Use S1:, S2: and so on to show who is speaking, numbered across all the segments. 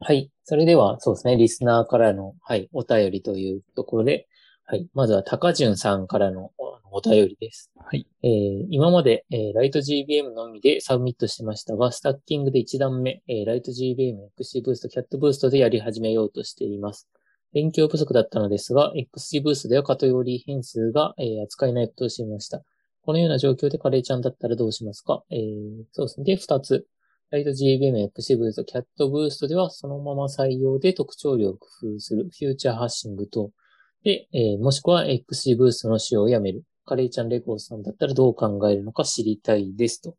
S1: はい。それでは、そうですね、リスナーからの、はい、お便りというところで、はい。まずは、高潤さんからのおお便りです。
S2: はい。
S1: えー今まで、えー、ライト GBM のみでサブミットしてましたが、スタッキングで1段目、えー、ライト GBM、XC ブースト、キャットブーストでやり始めようとしています。勉強不足だったのですが、XC ブーストではカテゴリー変数が、えー扱えないことを知りました。このような状況でカレーちゃんだったらどうしますかえーそうですね。で、2つ。ライト GBM、XC ブースト、キャットブーストではそのまま採用で特徴量を工夫する、フューチャーハッシング等。で、えーもしくは XC ブーストの使用をやめる。カレーちゃんレコーズさんだったらどう考えるのか知りたいです。と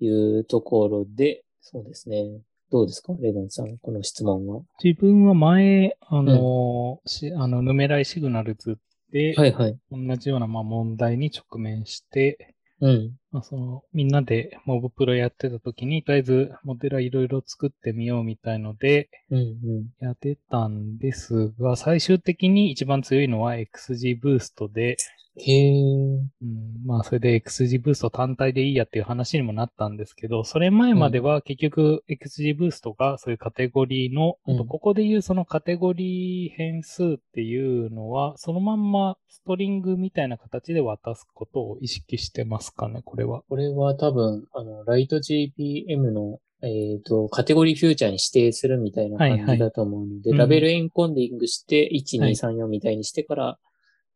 S1: いうところで、そうですね。どうですかレゴンさん、この質問は。
S2: 自分は前、あの、しあのヌメライシグナルズで、
S1: はいはい。
S2: 同じようなまあ問題に直面して、
S1: うん。
S2: まあ、そのみんなでモブプロやってた時に、とりあえずモデラいろいろ作ってみようみたいので、
S1: うんうん。
S2: やってたんですが、最終的に一番強いのは XG ブーストで、
S1: へえ。
S2: うん、まあ、それで XG ブースト単体でいいやっていう話にもなったんですけど、それ前までは結局 XG ブーストがそういうカテゴリーの、
S1: うん
S2: あとここでいうそのカテゴリー変数っていうのは、そのまんまストリングみたいな形で渡すことを意識してますかね、これは。
S1: これは多分、あの、ライト GPM の、えっ、と、カテゴリーフューチャーに指定するみたいな
S2: はい
S1: 感
S2: はい
S1: じだと思うので、
S2: うん
S1: ラベルエンコンディングして、1、
S2: は
S1: 2、
S2: い
S1: 3、4みたいにしてから、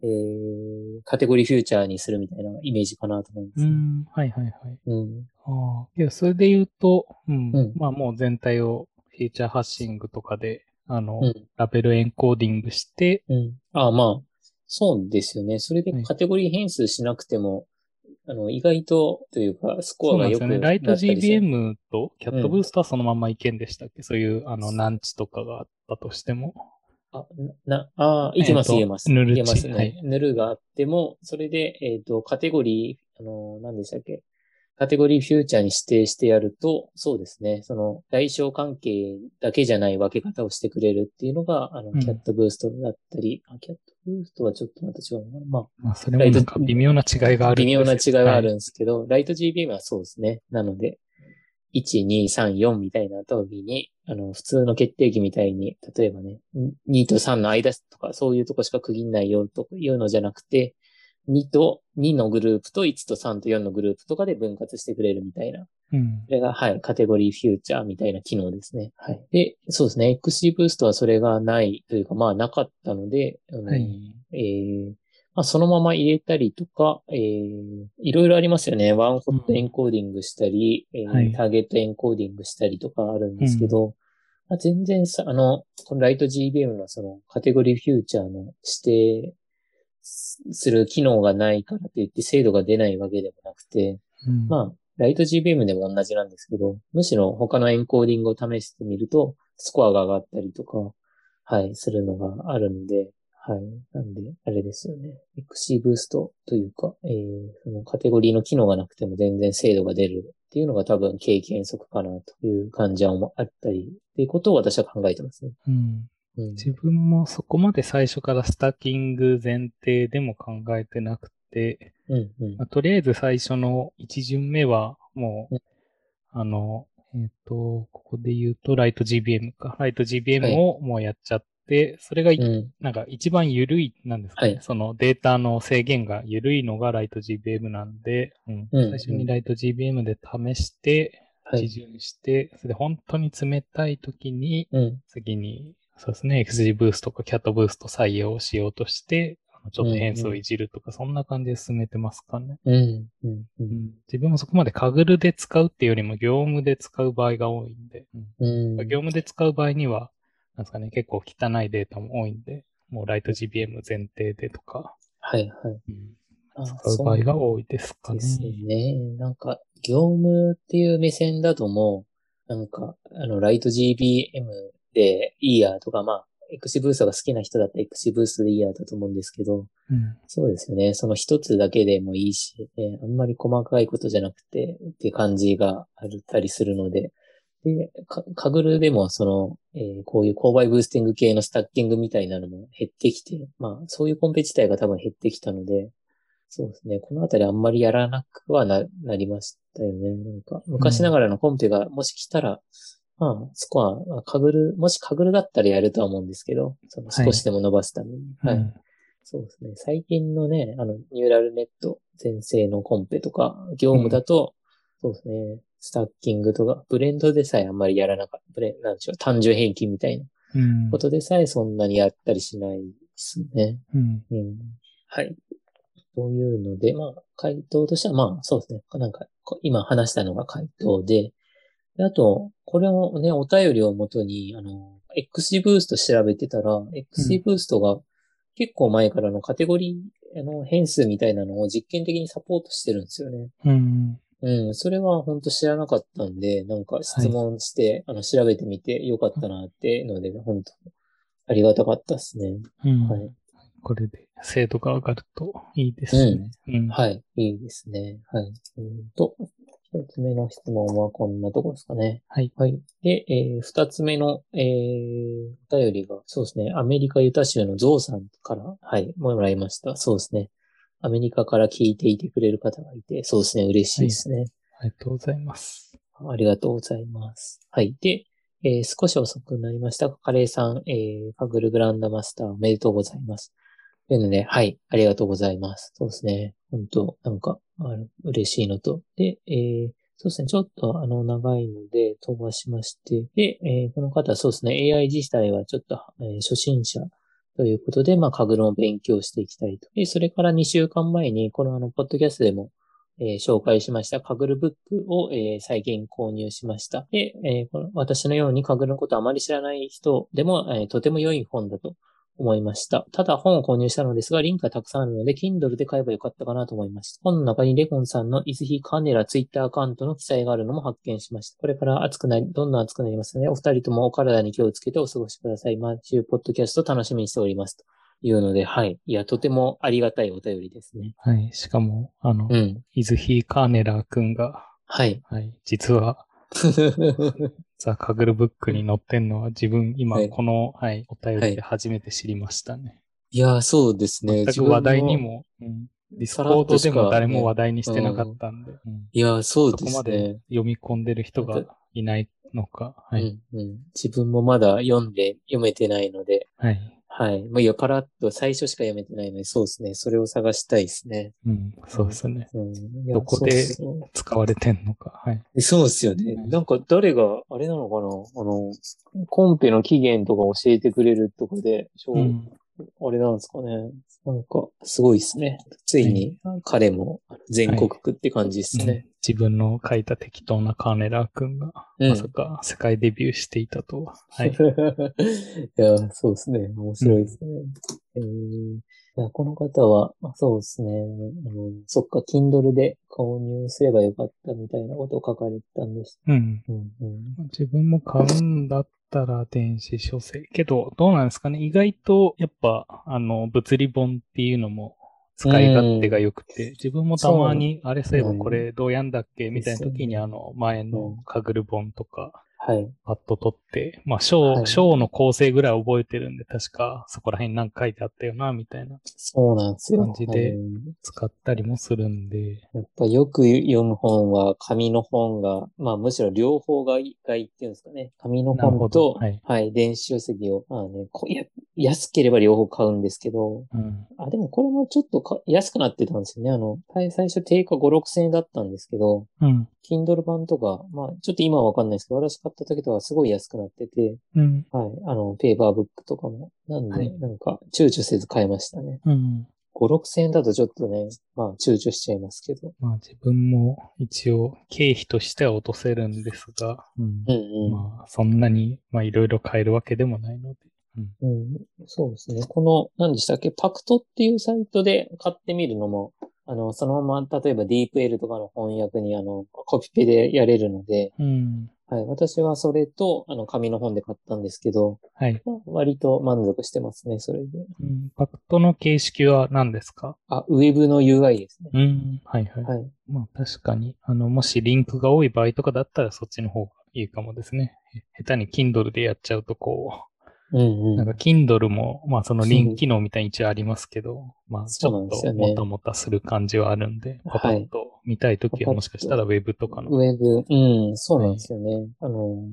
S1: えー、カテゴリーフューチャーにするみたいなイメージかなと思いま
S2: う
S1: すね。
S2: ん、はいはいはい。
S1: うん。
S2: ああ、いや、それで言うと、うん、
S1: うん
S2: まあもう全体をフィーチャーハッシングとかで、あの、
S1: うん。
S2: ラベルエンコーディングして、
S1: うん。あまあ、そうですよね。それで
S2: はい
S1: カテゴリー変数しなくても、あの、意外と、というか、スコ
S2: そ
S1: アが
S2: うなんで
S1: 良
S2: す
S1: く
S2: よ
S1: な
S2: ね。
S1: っ
S2: ラ
S1: たり
S2: イト
S1: する。
S2: GBM とキャッ
S1: う
S2: ト
S1: ん
S2: ブーストはそのまんま意見でしたっけ、そういう、あの、難値とかがあったとしても。
S1: あ、な、あーいけます、
S2: えーと
S1: 言えます。
S2: ぬるち
S1: 言えます
S2: は
S1: ね
S2: い。
S1: ぬるがあっても、それで、えっ、と、カテゴリー、あのー、何でしたっけカテゴリーフューチャーに指定してやると、そうですね。その、対象関係だけじゃない分け方をしてくれるっていうのが、あの
S2: う、ん
S1: キャットブーストだったり、あ、キャットブーストはちょっとまた違うのかな。まあ、
S2: まあ、それもなんか微妙な違いがあ
S1: 微
S2: るん
S1: 妙な
S2: です
S1: 違
S2: け
S1: い
S2: ど
S1: はあるんですけど、ライト GBM はそうですね。なので、1、2、3、4みたいな時に、あの、普通の決定機みたいに、例えばね、2と3の間とか、そういうとこしか区切んないよというのじゃなくて、2と2のグループと1と3と4のグループとかで分割してくれるみたいな
S2: はいうん
S1: こ。れが、はい、カテゴリーフューチャーみたいな機能ですね。はい。で、そうですね。XC ブーストはそれがないというか、まあ、なかったので、あの
S2: はい
S1: えーまあ、そのまま入れたりとか、えーいろいろありますよね。ワンホットエンコーディングしたり、えー
S2: はい
S1: ターゲットエンコーディングしたりとかあるんですけど、まあ、全然さ、あの、このライト GBM のそのカテゴリーフューチャーの指定すする機能がないからといって精度が出ないわけでもなくて、
S2: うん
S1: まあ、ライト GBM でも同じなんですけど、むしろ他のエンコーディングを試してみると、スコアが上がったりとか、はい、するのがあるので、はい。なんで、あれですよね。XC ブーストというか、えー、そのカテゴリーの機能がなくても全然精度が出るっていうのが多分経験則かなという感じはあったり、っていうことを私は考えてますね。
S2: うん
S1: うん。
S2: 自分もそこまで最初からスタッキング前提でも考えてなくて、
S1: うん、うん
S2: まあ、とりあえず最初の1巡目はもう、あの、えっ、と、ここで言うとライト GBM か。ライト
S1: はい
S2: GBM をもうやっちゃって、それが一
S1: うん。
S2: なんか一番緩い、なんですかね、
S1: はい
S2: そのデータの制限が緩いのがライト GBM なんで、うん
S1: うん
S2: 最初にライト GBM で試して、
S1: はい
S2: 基。準して、それで本当に冷たい時に、
S1: うん。
S2: 次に、そうですね、XG ブーストかキャットブースト採用しようとして、あのちょっと変数をいじるとか、そんな感じで進めてますかね。
S1: うん。うん。う。
S2: うんん自分もそこまでカグルで使うっていうよりも業務で使う場合が多いんで、うん
S1: うん。
S2: 業務で使う場合には、なんですかね、結構汚いデータも多いんで、もうライト GBM 前提でとか、
S1: はい、はい。あ
S2: 使う場合が多いですかね
S1: で。すね。なんか、業務っていう目線だともう、なんか、あの、ライト GBM でいいやとか、まあ、XC ブーストが好きな人だったら XC ブーストでいいやだと思うんですけど、
S2: うん
S1: そうですよね。その一つだけでもいいし、ね、あんまり細かいことじゃなくてって感じがあったりするので、で、かカグルでもその、えーこういう購買ブースティング系のスタッキングみたいなのも減ってきて、まあそういうコンペ自体が多分減ってきたので、そうですね。このあたりあんまりやらなくはな、なりましたよね。なんか、昔ながらのコンペがもし来たら、まあ、スコア、かぐる、もしかぐるだったらやるとは思うんですけど、その
S2: はい
S1: 少しでも伸ばすために。はい。
S2: うん
S1: そうですね。最近のね、あの、ニューラルネット全盛のコンペとか、業務だと、そうですね、スタッキングとか、ブレンドでさえあんまりやらなかった。ブレン、なんでしょう、単純平均みたいな
S2: うん
S1: ことでさえそんなにやったりしないですね。
S2: うん
S1: うん。はい。というので、まあ、回答としては、まあ、そうですね。なんか、こ今話したのが回答で、であと、これをね、お便りをもとに、あの、XG ブースト調べてたら、XG ブーストが結構前からのカテゴリー、あの、変数みたいなのを実験的にサポートしてるんですよね。
S2: うん
S1: うん、それは本当知らなかったんで、なんか質問して、あの、調べてみてよかったなっていうので、本当ありがたかったですね。
S2: うん
S1: はい。
S2: これで精度が上がるといいですね。うん
S1: はい、いいですね。はい。うんと、一つ目の質問はこんなとこですかね。
S2: はい。
S1: はい。で、えー二つ目の、えーお便りが、そうですね、アメリカ・ユタ州のゾウさんから、はい、もらいました。そうですね。アメリカから聞いていてくれる方がいて、そうですね、嬉しいですね。
S2: ありがとうございます。
S1: ありがとうございます。はい。で、えー少し遅くなりましたが、カレーさん、えー、パグルグランドマスターおめでとうございます。というので、はい、ありがとうございます。そうですね。本当なんか、あの嬉しいのと。で、えーそうですね。ちょっと、あの、長いので飛ばしまして。で、えーこの方、そうですね。AI 自体はちょっと、えー初心者ということで、まあ、カグルを勉強していきたいと。で、それから2週間前に、この、あの、ポッドキャストでも、えー紹介しましたカグルブックを、えー最近購入しました。で、えーこの私のようにカグルのことあまり知らない人でも、えーとても良い本だと思いました。ただ本を購入したのですが、リンクがたくさんあるので、Kindle で買えばよかったかなと思いました。本の中にレコンさんのイズヒカネラツイッターアカウントの記載があるのも発見しました。これから暑くなり、どんどん暑くなりますので、お二人ともお体に気をつけてお過ごしください。毎週ポッドキャスト楽しみにしております。というので、はい。いや、とてもありがたいお便りですね。
S2: はい。しかも、あの、
S1: うん。
S2: イズヒーカーネラーくんが、
S1: はい。
S2: はい、実は、ザ・カグルブックに載ってんのは自分、今
S1: はい
S2: この、はい、お便り
S1: はい
S2: で初めて知りましたね。
S1: いやー、そうですね。
S2: 全く話題にも、うんディス
S1: さ
S2: コ
S1: ら
S2: ー
S1: っと
S2: ド
S1: し
S2: で
S1: か
S2: も誰も話題にしてなかったんで、うん
S1: 自分も。いやー、そう
S2: そ
S1: で
S2: こますで
S1: ね。
S2: 読み込んでる人がいないのか。はい。
S1: うんうん、自分もまだ読んで、読めてないので、
S2: はい。
S1: はい。まあ、いや、パラッと最初しか読めてないので、そうですね。それを探したいですね。
S2: うん、そうですね。
S1: うん、いや
S2: どこで
S1: そうそ
S2: 使われてんのか。はい。
S1: うそうですよね。
S2: うん
S1: なんか、誰が、あれなのかなあの、コンペの期限とか教えてくれるとかで、しょう
S2: うん。
S1: あれなんですかね。なんか、すごいですね。ついに、彼も全国区って感じですね。
S2: うん自分の書いた適当なカーネラー君が、
S1: うん。
S2: まさか世界デビューしていたとは。はい
S1: いや、そうですね。面白いですね。えーいやこの方は、あそうですね、うん。そっか、Kindle で購入すればよかったみたいなことを書かれてたんです。
S2: うん。
S1: うんうん、
S2: 自分も買うんだったら電子書籍。けど、どうなんですかね意外と、やっぱ、あの、物理本っていうのも使い勝手が良くて、自分もたまに、あれそういえばこれどうやんだっけみたいな時に、あの、前のカグル本とか、
S1: はい。
S2: パッと取って、まあ、
S1: は
S2: 章、
S1: い
S2: 章の構成ぐらい覚えてるんで、確かそこら辺なんか書いてあったよな、みたいな、
S1: そうなんですよ。
S2: 感じで
S1: うん
S2: 使ったりもするんで、
S1: やっぱよく読む本は紙の本が、まあむしろ両方がいいがいいっていうんですかね。紙の
S2: なる
S1: 本
S2: ほ
S1: と、
S2: ど
S1: は
S2: はいい、
S1: 電子書籍を、まあねこや、安ければ両方買うんですけど、
S2: うん。
S1: あ、でもこれもちょっとか安くなってたんですよね。あの、最最初定価5、6000円だったんですけど、
S2: うん。
S1: Kindle 版とか、まあちょっと今はわかんないですけど、私買った時とはすごい安くなってて、
S2: うん。
S1: はい、あの、ペーパーブックとかも。なんで、
S2: はい
S1: なんか躊躇せず買いましたね。
S2: うん。
S1: 5、6000円だとちょっとね、まあ躊躇しちゃいますけど。
S2: まあ、自分も一応、経費としては落とせるんですが、うん
S1: うんうん。
S2: まあ、そんなに、まあ、いろいろ変えるわけでもないので、
S1: うん、そうですね。この、何でしたっけパクトっていうサイトで買ってみるのも、あの、そのまま、例えば DeepL とかの翻訳に、あの、コピペでやれるので、
S2: うん。
S1: はい。私はそれと、あの、紙の本で買ったんですけど、
S2: はい。
S1: まあ割と満足してますね、それで。
S2: うん、パクトの形式は何ですか
S1: あ、ウェブの UI ですね。
S2: うん。はいはい。
S1: はい。
S2: まあ、確かに、あの、もしリンクが多い場合とかだったら、そっちの方がいいかもですね。へ下手に Kindle でやっちゃうと、こう、
S1: うんう
S2: なん
S1: ん。
S2: か Kindle も、まあその
S1: そう
S2: リンク機能みたいに一応ありますけど、まあち
S1: そうな
S2: ょ
S1: ん
S2: っ
S1: ですよ
S2: と
S1: ね
S2: もたもたする感じはあるんで、パパッと見たいときはもしかしたらウェブとかの。
S1: ウェブ、うん、そうなんですよね。あの、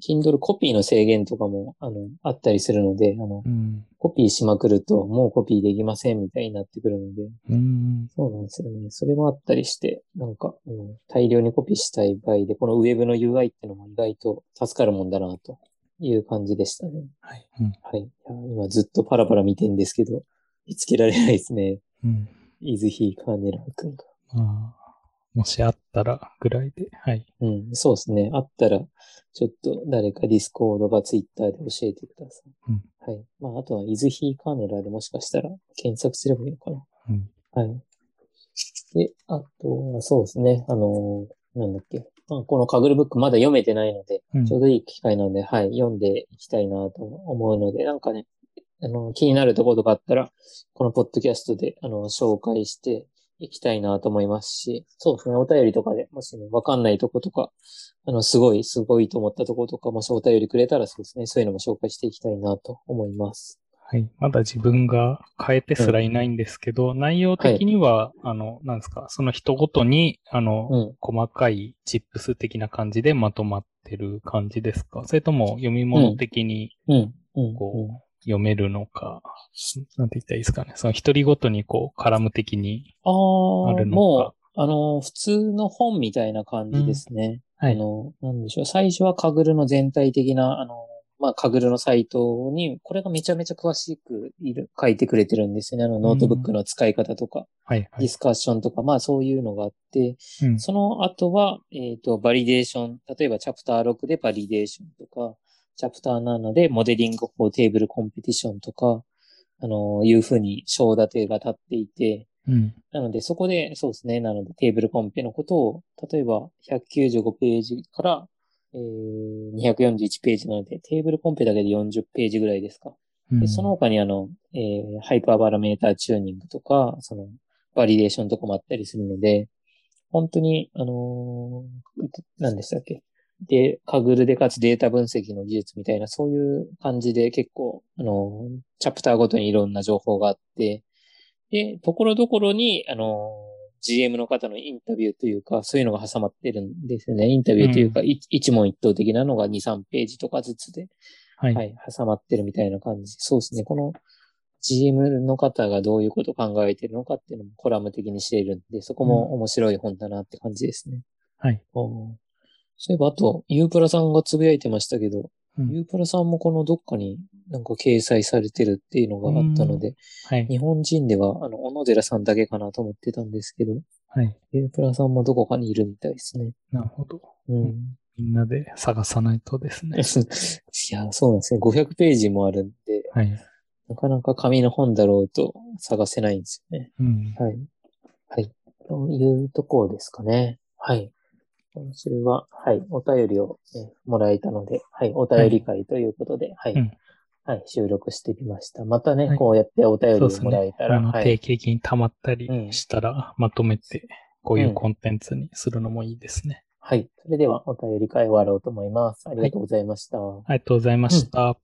S1: Kindle コピーの制限とかも、あの、あったりするので、あの、
S2: うん。
S1: コピーしまくると、もうコピーできませんみたいになってくるので、
S2: うん。
S1: そうなんですよね。それもあったりして、なんか、うん、大量にコピーしたい場合で、このウェブの UI ってのも意外と助かるもんだな、という感じでしたね。はい。
S2: うん
S1: はい。いや今ずっとパラパラ見てんですけど、見つけられないですね。
S2: うん。
S1: イズヒーカーネラー君が。
S2: まあ、もしあったらぐらいで。はい。
S1: うん、そうですね。あったら、ちょっと誰かディスコードかツイッターで教えてください。
S2: うん
S1: はい。まあ、あとは、イズヒーカーネラーでもしかしたら検索すればいいのかな。
S2: うん。
S1: はい。で、あとは、そうですね。あのーなんだっけ。まあ、このカグルブックまだ読めてないので、
S2: うん
S1: ちょうどいい機会なので、はい、読んでいきたいなと思うので、なんかね、あの、気になるところとかあったら、このポッドキャストで、あの、紹介していきたいなと思いますし、そうですね、お便りとかで、もしね、わかんないとことか、あの、すごい、すごいと思ったところとか、もしお便りくれたら、そうですね、そういうのも紹介していきたいなと思います。
S2: はい。まだ自分が変えてすらいないんですけど、内容的には、あの、なんですか、その人ごとに、あの、
S1: うん。
S2: 細かいチップス的な感じでまとまってる感じですかそれとも読み物的に
S1: うん。うん。
S2: こう読めるのか、なんて言ったらいいですかね。その一人ごとにこうカラム的に。
S1: あ
S2: あ
S1: あ、
S2: るのか
S1: もう、あの、普通の本みたいな感じですね。
S2: は
S1: あ。の、なんでしょう。最初はカグルの全体的な、あの、まあ、カグルのサイトに、これがめちゃめちゃ詳しくいる書いてくれてるんですよね。あの、ノートブックの使い方とか、
S2: はい、は
S1: ディ
S2: い。
S1: スカッションとか、まあ、そういうのがあって、
S2: うん
S1: その後は、えっ、と、バリデーション。例えば、チャプター6でバリデーションとか、チャプター7でモデリング法テーブルコンペティションとか、あの、いうふうに章立てが立っていて、
S2: うん。
S1: なので、そこで、そうですね。なので、テーブルコンペのことを、例えば、195ページから、えー、241ページなので、テーブルコンペだけで40ページぐらいですか。
S2: う
S1: で
S2: ん
S1: その、他に、あの、えーハイパーバラメーターチューニングとか、その、バリデーションとかもあったりするので、本当に、あのー何でしたっけ。で、カグルでかつデータ分析の技術みたいな、そういう感じで結構、あのーチャプターごとにいろんな情報があって、で、ところどころに、あのー GM の方のインタビューというか、そういうのが挟まってるんですよね。インタビューというか、い一問一答的なのが2、3ページとかずつで、
S2: はい。
S1: はい、挟まってるみたいな感じ。そうですね。この GM の方がどういうことを考えてるのかっていうのもコラム的に知れるんで、そこも面白い本だなって感じですね。
S2: はい。
S1: おーそういえば、あと、ユープラさんがつぶやいてましたけど、
S2: うん
S1: ユープラさんもこのどっかになんか掲載されてるっていうのがあったので、
S2: はい。
S1: 日本人では、あの、小野寺さんだけかなと思ってたんですけど、
S2: はい。
S1: ユープラさんもどこかにいるみたいですね。
S2: なるほど。
S1: うん。。
S2: みんなで探さないとですね
S1: いや、そうなんですね。500ページもあるんで、
S2: はい。
S1: なかなか紙の本だろうと探せないんですよね。
S2: うん。
S1: はい。はい。というところですかね。はい。今週は、はい、お便りを、ね、もらえたので、はい、お便り会ということで、はい。
S2: う
S1: はい
S2: ん
S1: 収録してきました。またね、
S2: はい
S1: こうやってお便り
S2: そう
S1: を
S2: です
S1: もらえ
S2: ね。
S1: たら、
S2: あの、
S1: は
S2: 定
S1: い。
S2: 期的に溜まったり
S1: うん
S2: したら、まとめて、こういううんコンテンツにするのもいいですね。
S1: はい。それでは、お便り会終わろうと思います。ありがとうございました。
S2: ありがとうございました。